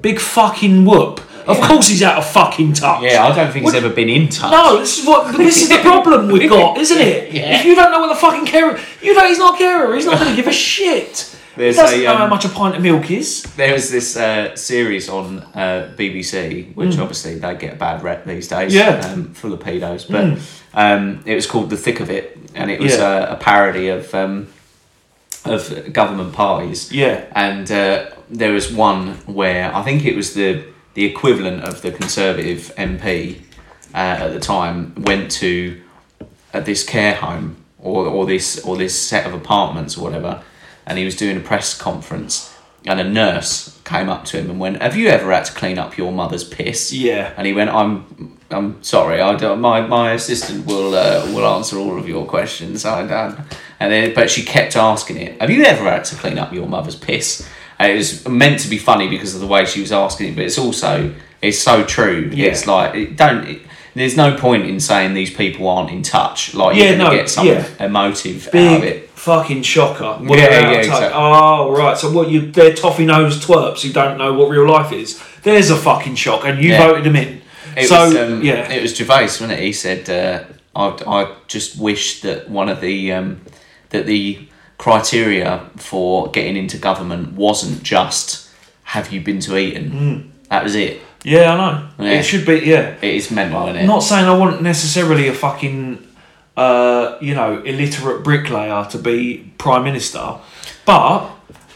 Big fucking whoop. Of course he's out of fucking touch. Yeah, I don't think What- he's ever been in touch. No, this is what this is the problem we've got, isn't it? Yeah. If you don't know what the fucking carer, you know he's not a carer. He's not going to give a shit. There's he doesn't a, know how um, much a pint of milk is. There was this uh, series on uh, BBC, which obviously they get a bad rep these days, Hmm. Yeah. Hmm. um, full of pedos. But um, it was called The Thick of It, and it was Yeah. uh, a parody of um, of government parties. Yeah. and uh, there was one where I think it was the the equivalent of the Conservative MP uh, at the time went to uh, this care home or, or this or this set of apartments or whatever, and he was doing a press conference, and a nurse came up to him and went, "Have you ever had to clean up your mother's piss?" Yeah. And he went, "I'm, I'm sorry. I don't, my my assistant will uh, will answer all of your questions. I don't." And then, but she kept asking it. Have you ever had to clean up your mother's piss? And it was meant to be funny because of the way she was asking it, but it's also it's so true. Yeah. It's like it don't. It, there's no point in saying these people aren't in touch. Like Yeah, you're gonna no, get some yeah. emotive out of Big it. fucking shocker. Well, Yeah, they're yeah, out of touch. exactly. Oh right, so what you they're toffee nosed twerps who don't know what real life is. There's a fucking shock and you Yeah. voted them in. It so was, um, yeah. it was Gervais, wasn't it? He said, uh, "I I just wish that one of the um, that the criteria for getting into government wasn't just have you been to Eton. Hmm. That was it. yeah, I know. Yeah. It should be yeah. It is mental, isn't it? Not saying I want necessarily a fucking uh, you know, illiterate bricklayer to be prime minister, but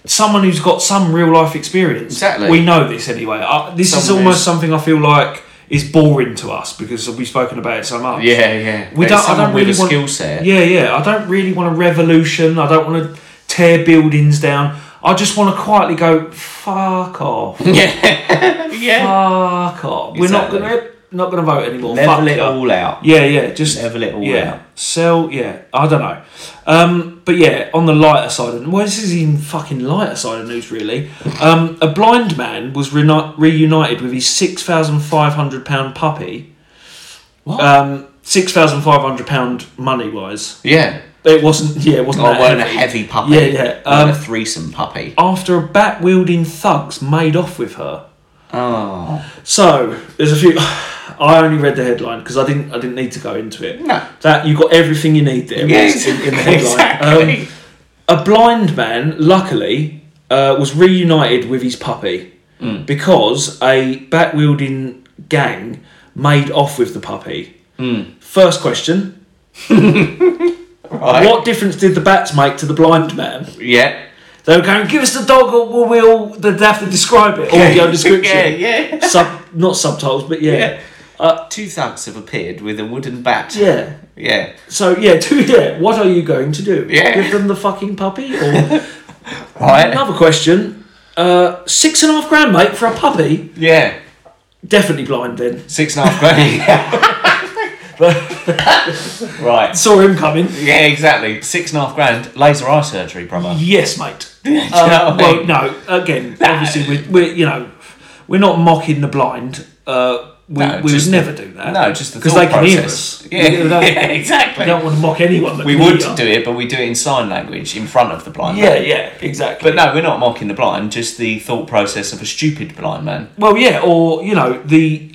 someone who's got some real life experience. Exactly. We know this anyway. Uh, this is Someone almost who's- something I feel like is boring to us because we've spoken about it so much. yeah, yeah. We But don't- it's I don't someone with really a want- skill set. Yeah, yeah. I don't really want a revolution. I don't want to tear buildings down. I just want to quietly go, fuck off. fuck Yeah, yeah. off. We're not Exactly. gonna not gonna vote anymore. Level fuck it ya." all out. Yeah, yeah. Just Level it all yeah. out. Sell, yeah. I don't know. Um, but yeah, on the lighter side of well, this is even fucking lighter side of news, really. Um, a blind man was reuni- reunited with his six thousand five hundred pound puppy. What? Um, six thousand five hundred pound money wise. Yeah. It wasn't. Yeah, it wasn't. I that Oh, weren't a heavy. heavy puppy. Yeah, yeah, Weren't um, a threesome puppy. After a bat wielding thugs made off with her. Oh. So there's a few. I only read the headline because I didn't. I didn't need to go into it. No. That you got everything you need there Yeah, was in, in the headline. exactly. Um, a blind man, luckily, uh, was reunited with his puppy because a bat wielding gang made off with the puppy. First question: Right. What difference did the bats make to the blind man? Yeah. They were going, give us the dog or we'll, we'll they'd have to describe it, audio description. Yeah, yeah. Sub, not subtitles, but yeah. Yeah. Uh, Two thugs have appeared with a wooden bat. Yeah. Yeah. So yeah, two yeah, what are you going to do? Yeah. Give them the fucking puppy or Right? another question. Uh, six and a half grand, mate, for a puppy. Yeah. Definitely blind then. Six and a half grand. right. Saw him coming. Yeah, exactly. Six and a half grand. Laser eye surgery, brother. Yes, mate. you Uh, know what I well, mean? no. Again, obviously, we're, we're you know, we're not mocking the blind. Uh, we No, we just would the- never do that. No, just the because thought they can hear process. us. Yeah, We don't- yeah we exactly. don't want to mock anyone. That We can would hear. do it, but we do it in sign language in front of the blind Yeah, man. yeah, exactly. But no, we're not mocking the blind, just the thought process of a stupid blind man. Well, yeah, or you know the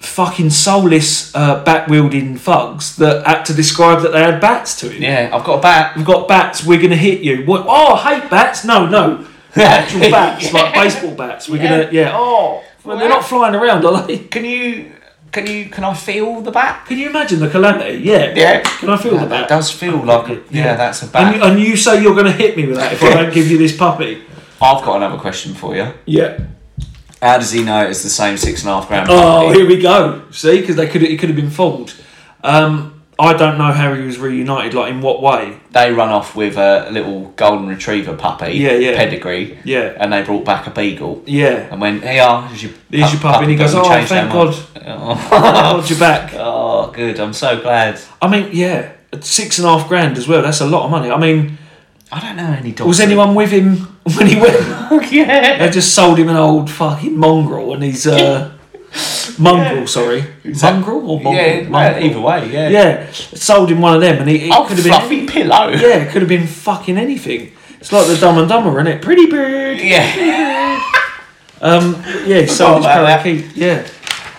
fucking soulless uh, bat wielding thugs that had to describe that they had bats to him. Yeah, I've got a bat. We've got bats. We're gonna hit you. What? Oh, I hate bats. No, no, actual bats like baseball bats. We're gonna yeah. Oh, well, they're not flying around, are they? Can you, can you, can I feel the bat? Can you imagine the calamity? Yeah. Yeah. Can I feel the bat? That does feel like a, yeah, that's a And bat. you, and you say you're gonna hit me with that if I don't give you this puppy. I've got another question for you. Yeah. How does he know it's the same six and a half grand? Oh, puppy? here we go. See, because they could it could have been fooled. Um, I don't know how he was reunited. Like in what way? they run off with a little golden retriever puppy, Yeah, yeah. pedigree, Yeah. and they brought back a beagle. Yeah. And went, here, here's your, Here's your puppy," and he but goes, we "Oh, changed thank our mind." Oh. Hold you back. Oh, good. I'm so glad. I mean, yeah, six and a half grand as well. That's a lot of money. I mean, I don't know any dogs. was that- anyone with him when he went? yeah. They just sold him an old fucking mongrel, and he's uh, mongrel. Sorry, mongrel or mongrel? Yeah, no, Mongrel. either way, yeah. Yeah, sold him one of them, and he, it Oh, could have been fluffy pillow. yeah, it could have been fucking anything. It's like the Dumb and Dumber, isn't it? Pretty bird. Yeah. Um, yeah, he sold his about that. parakeet. Yeah,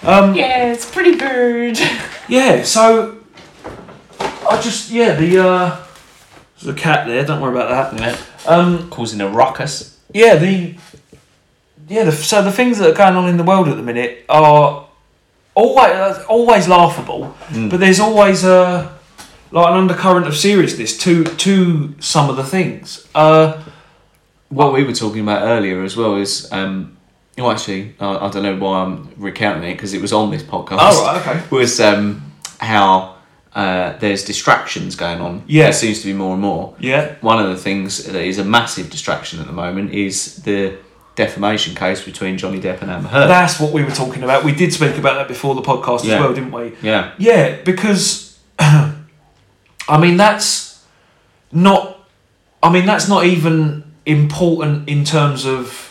Yeah, it's pretty bird. yeah. So I just yeah the uh, there's a cat there. Don't worry about that. Um, Causing a ruckus. yeah the yeah the, so the things that are going on in the world at the minute are always always laughable, but there's always a like an undercurrent of seriousness to to some of the things. Uh, what we were talking about earlier as well is um well actually I, I don't know why i'm recounting it because it was on this podcast Oh, right, okay. was um how uh, there's distractions going on Yeah. there seems to be more and more yeah. one of the things that is a massive distraction at the moment is the defamation case between Johnny Depp and Amber Heard. That's what we were talking about. We did speak about that before the podcast Yeah. as well, didn't we? yeah. Yeah, because I mean that's not I mean that's not even important in terms of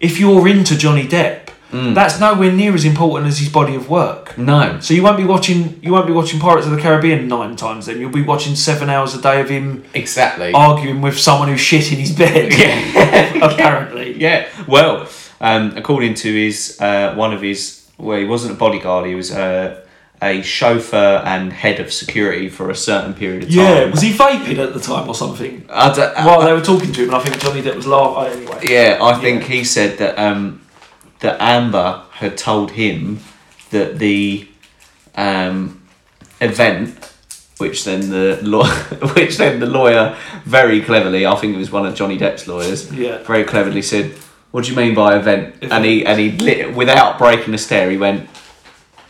if you're into Johnny Depp, that's nowhere near as important as his body of work. No. So you won't be watching you won't be watching Pirates of the Caribbean nine times then. You'll be watching seven hours a day of him Exactly. arguing with someone who shit in his bed. apparently. Yeah. Well, um, according to his uh, one of his well, he wasn't a bodyguard. He was uh, a chauffeur and head of security for a certain period of time. Yeah, Uh, was he vaping at the time or something? I don't- While they were talking to him, and I think Johnny Depp was laughing. Anyway, Yeah, I think he said that um, that Amber had told him that the um, event, which then the law, which then the lawyer very cleverly, I think it was one of Johnny Depp's lawyers, Yeah. very cleverly said, "What do you mean by event?" And he and he lit, without breaking a stare, he went,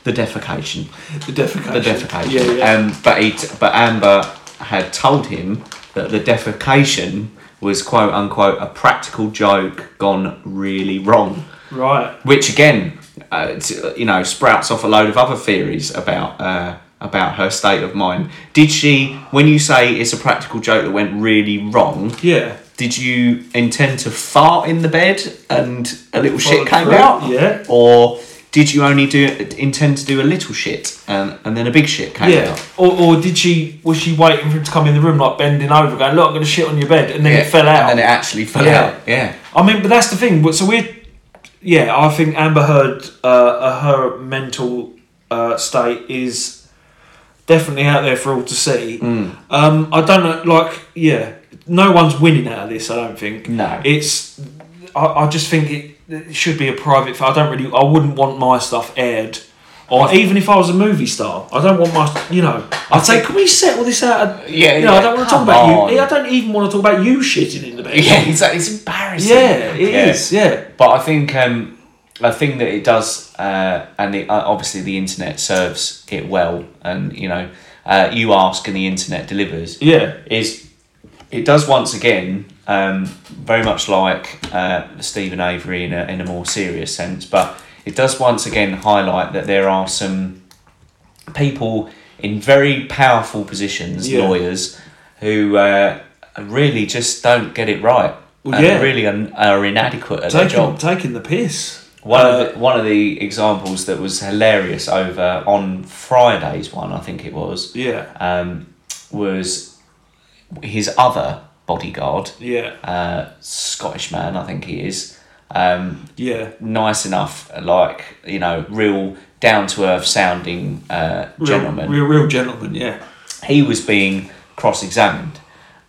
"The defecation." the defecation. the defecation. Yeah, yeah. Um, but he, but Amber had told him that the defecation was quote unquote a practical joke gone really wrong, Right. which again, uh, t- you know, sprouts off a load of other theories about. Uh, about her state of mind. Did she, when you say it's a practical joke that went really wrong, Yeah. did you intend to fart in the bed and a little Followed shit came through, out? yeah. Or did you only do intend to do a little shit and, and then a big shit came Yeah. out? Or, or did she was she waiting for him to come in the room like bending over, going, "Look, I'm gonna shit on your bed," and then it fell out. And then it actually fell Yeah. out. Yeah. I mean, but that's the thing. But so we're, yeah, I think Amber Heard, uh, uh, her mental uh, state is definitely out there for all to see. Mm. Um, I don't know, like, yeah, no one's winning out of this. I don't think. No. it's. I, I just think it, it should be a private. thing. I don't really. I wouldn't want my stuff aired. Or even if I was a movie star, I don't want my, you know, I'd say, can we settle this out? Yeah, you know, I yeah, don't want to come talk about on. you. I don't even want to talk about you shitting in the bed. Yeah, exactly. It's embarrassing. Yeah, it is. Yeah. But I think um, a thing that it does, uh, and it, uh, obviously the internet serves it well, and you know, uh, you ask and the internet delivers. Yeah. is it does once again um, very much like uh, Stephen Avery in a, in a more serious sense, but it does once again highlight that there are some people in very powerful positions, Yeah. lawyers, who uh, really just don't get it right. Well, and yeah. really are, are inadequate at their Taking, job. taking the piss. One Uh, of the, one of the examples that was hilarious over on Friday's one, I think it was yeah, um, was his other bodyguard, yeah, uh, Scottish man, I think he is. Um, yeah. nice enough, like you know, real down to earth sounding uh, Real, gentleman. real, real gentleman. Yeah, He was being cross examined,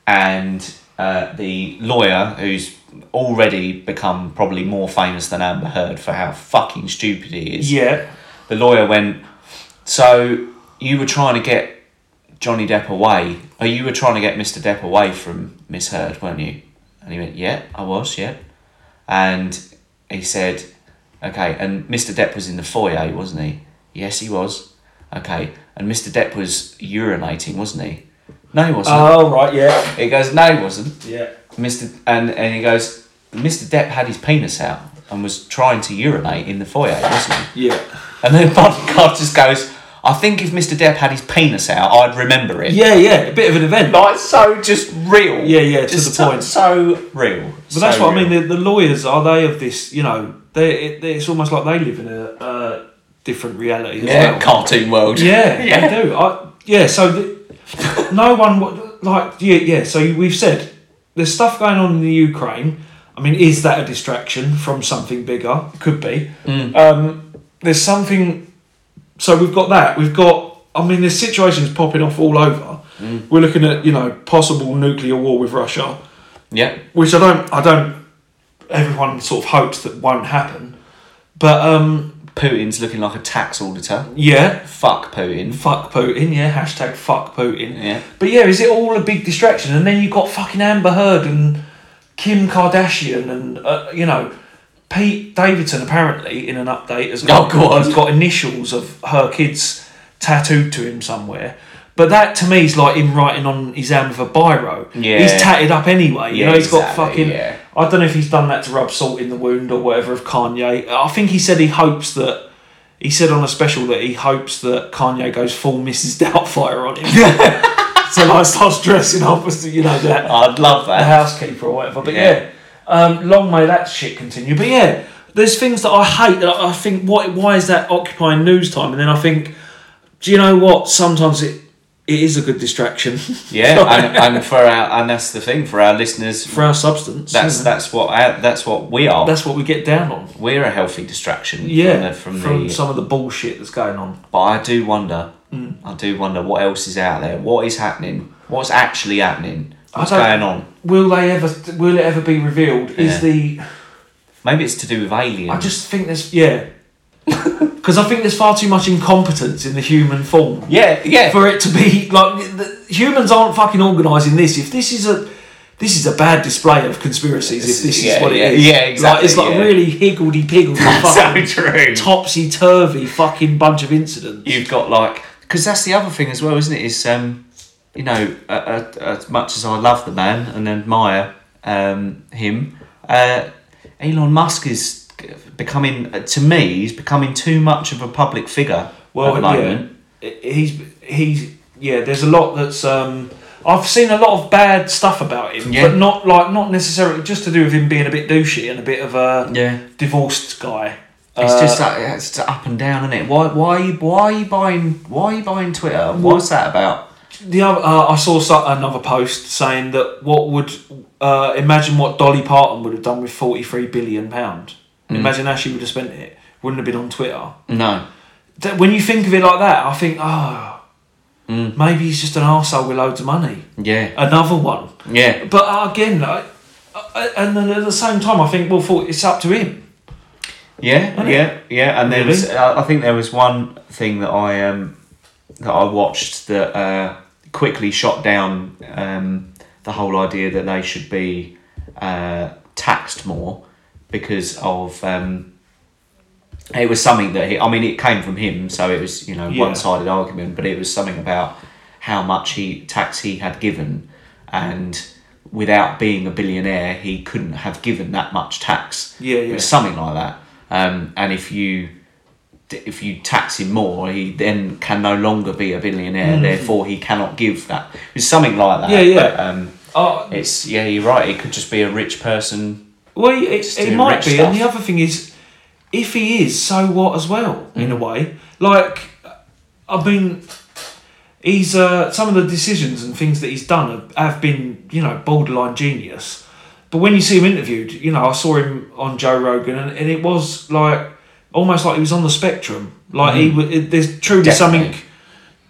and uh, the lawyer, who's already become probably more famous than Amber Heard for how fucking stupid he is yeah, the lawyer went, So you were trying to get Johnny Depp away, or you were trying to get Mr. Depp away from Miss Heard, weren't you? And he went, Yeah, I was, yeah. And he said, Okay, and Mr. Depp was in the foyer, wasn't he? Yes, he was. Okay, and Mr. Depp was urinating, wasn't he? No, he wasn't. Oh right, yeah, he goes, No, he wasn't. yeah. Mr. And, and he goes, Mr. Depp had his penis out and was trying to urinate in the foyer, wasn't he? Yeah, And then Podcast just goes, I think if Mr. Depp had his penis out, I'd remember it. yeah, yeah. A bit of an event, but Like, so just real. Yeah, yeah, to Just the so- point. So, real. But that's what I mean. The, the lawyers are they of this? You know, they it, it's almost like they live in a uh, different reality. As Yeah, well. cartoon world. Yeah, Yeah. they do. I, yeah, so the, no one wa- like yeah, yeah. So we've said there's stuff going on in the Ukraine. I mean, is that a distraction from something bigger? Could be. Mm. Um, there's something. So we've got that. We've got. I mean, there's situations popping off all over. Mm. We're looking at you know possible nuclear war with Russia, Yeah. which I don't. I don't. Everyone sort of hopes that won't happen, but um, Putin's looking like a tax auditor. yeah, Fuck Putin. fuck Putin, yeah, hashtag fuck Putin. Yeah. But yeah, is it all a big distraction? And then you've got fucking Amber Heard and Kim Kardashian and, uh, you know, Pete Davidson apparently in an update has Oh, got, go on. has got initials of her kids tattooed to him somewhere. But that to me is like him writing on his hand with a biro. Yeah. He's tatted up anyway. you Yeah, know, he's exactly, got fucking. yeah. I don't know if he's done that to rub salt in the wound or whatever of Kanye. I think he said he hopes that. He said on a special that he hopes that Kanye goes full Mrs. Doubtfire on him. so like starts dressing up as you know that I'd love a that. housekeeper or whatever. But Yeah. yeah, Um, long may that shit continue. But yeah, there's things that I hate that I I think why why is that occupying news time? And then I think, do you know what? Sometimes it it is a good distraction. Yeah, and, and for our and that's the thing for our listeners. for our substance. that's isn't it? that's what our, that's what we are. that's what we get down on. We're a healthy distraction. Yeah, from, from the, from the some of the bullshit that's going on. But I do wonder. Hmm. I do wonder what else is out there. What is happening? What's actually happening? What's don't- going on? Will they ever? Will it ever be revealed? Yeah. Is the Maybe it's to do with aliens. I just think there's yeah, because I think there's far too much incompetence in the human form. yeah, yeah. for it to be like the, humans aren't fucking organising this. If this is a this is a bad display of conspiracies. If this Yeah, is what yeah, it is, yeah, Like, it's exactly, like yeah. really higgledy piggledy, so fucking true. topsy turvy, fucking bunch of incidents. You've got like because that's the other thing as well, isn't it? Is um, you know, uh, uh, as much as I love the man and admire um him, uh, Elon Musk is becoming uh, to me he's becoming too much of a public figure at Well, the yeah, moment. he's he's yeah. There's a lot that's. Um, I've seen a lot of bad stuff about him, Yeah. but not like not necessarily just to do with him being a bit douchey and a bit of a Yeah. divorced guy. It's Uh, just like it's just up and down, isn't it? Why why are you why are you buying why are you buying Twitter? What's that about? The other, uh, I saw so- another post saying that what would uh, imagine what Dolly Parton would have done with forty three billion pound. Imagine how she would have spent it. Wouldn't have been on Twitter. No. Th- When you think of it like that, I think, oh, maybe he's just an arsehole with loads of money. Yeah. Another one. Yeah. But uh, again, like, uh, uh, and then at the same time, I think, well, for- it's up to him. Yeah, yeah, yeah. And there was, uh, Really? I I think there was one thing that I um that I watched that uh, quickly shot down um, the whole idea that they should be uh, taxed more because of um, it was something that he, I mean it came from him, so it was you know Yeah. one sided argument, but it was something about how much he tax he had given and. Without being a billionaire, he couldn't have given that much tax. Yeah, It yeah. was something like that. Um, and if you if you tax him more, he then can no longer be a billionaire. Therefore, he cannot give that. It's something like that. Mm-hmm. Yeah, yeah. But, um, Uh, it's yeah, you're right. It could just be a rich person. Well, it, doing it might rich be. And the stuff. other thing is, if he is, so what as well, in a Mm. way? Like, I mean, he's uh, some of the decisions and things that he's done have, have been, you know, borderline genius. But when you see him interviewed, you know, I saw him on Joe Rogan, and, and it was like almost like he was on the spectrum. Like he was, it, there's truly Mm. Definitely. something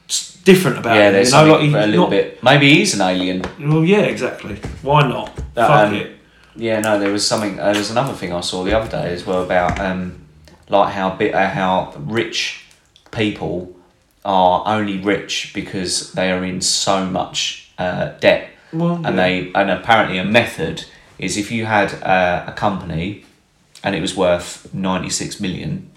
s- different about Yeah, him. there's Uh, you know, like something he's a little not- bit. Maybe he's an alien. Well, yeah, exactly. Why not? That, Fuck um, it. Yeah, no, there was something. Uh, there was another thing I saw the other day as well about um, like how bit uh, how rich people are only rich because they are in so much uh, debt, Well, and yeah. they and apparently a method is if you had uh, a company and it was worth ninety six million,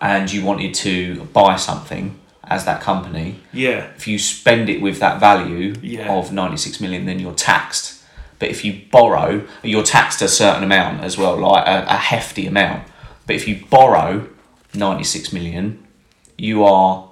and you wanted to buy something as that company, Yeah. if you spend it with that value Yeah. of 96 million then you're taxed but if you borrow you're taxed a certain amount as well like a, a hefty amount but if you borrow 96 million you are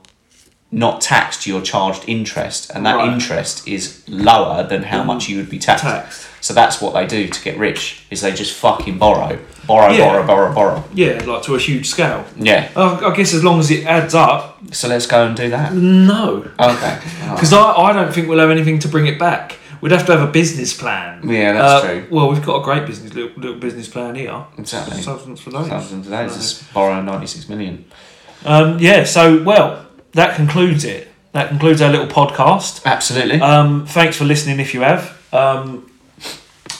not taxed you're charged interest and that Right. Mm. interest is lower than how much you would be taxed. Taxed. so that's what they do to get rich is they just fucking borrow borrow Yeah. borrow borrow borrow Yeah, like to a huge scale. yeah Uh, I guess as long as it adds up, so let's go and do that Mm. no. okay Because I, I don't think we'll have anything to bring it back. We'd have to have a business plan. Yeah, that's Uh, true. Well, we've got a great business little, little business plan here. Exactly. Substance for those. Thousand today just borrow 96 million Um, yeah, so, well, that concludes it. That concludes our little podcast. Absolutely. Um, thanks for listening if you have. Um,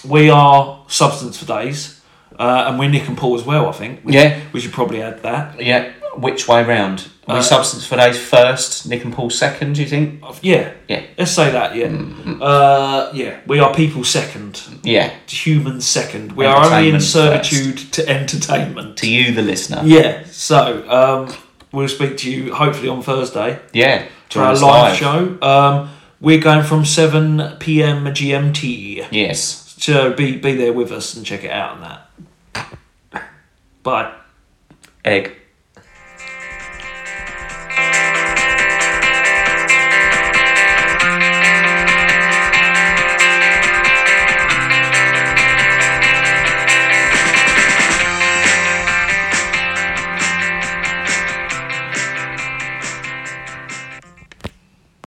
we are Substance for Days. Uh, and we're Nick and Paul as well, I think. We- Yeah. We should probably add that. yeah. Which way round? Uh, we substance for days first, Nick and Paul second. Do you think? Yeah. Yeah. Let's say that, yeah. Mm-hmm. Uh, yeah, we are people second. Yeah. human second. We are only in Entertainment servitude to entertainment. To you, the listener. Yeah, so um, we'll speak to you hopefully on Thursday. Yeah. for our us live, live. show. Um, we're going from seven pm GMT. Yes. So be be there with us and check it out and that. Bye. Egg.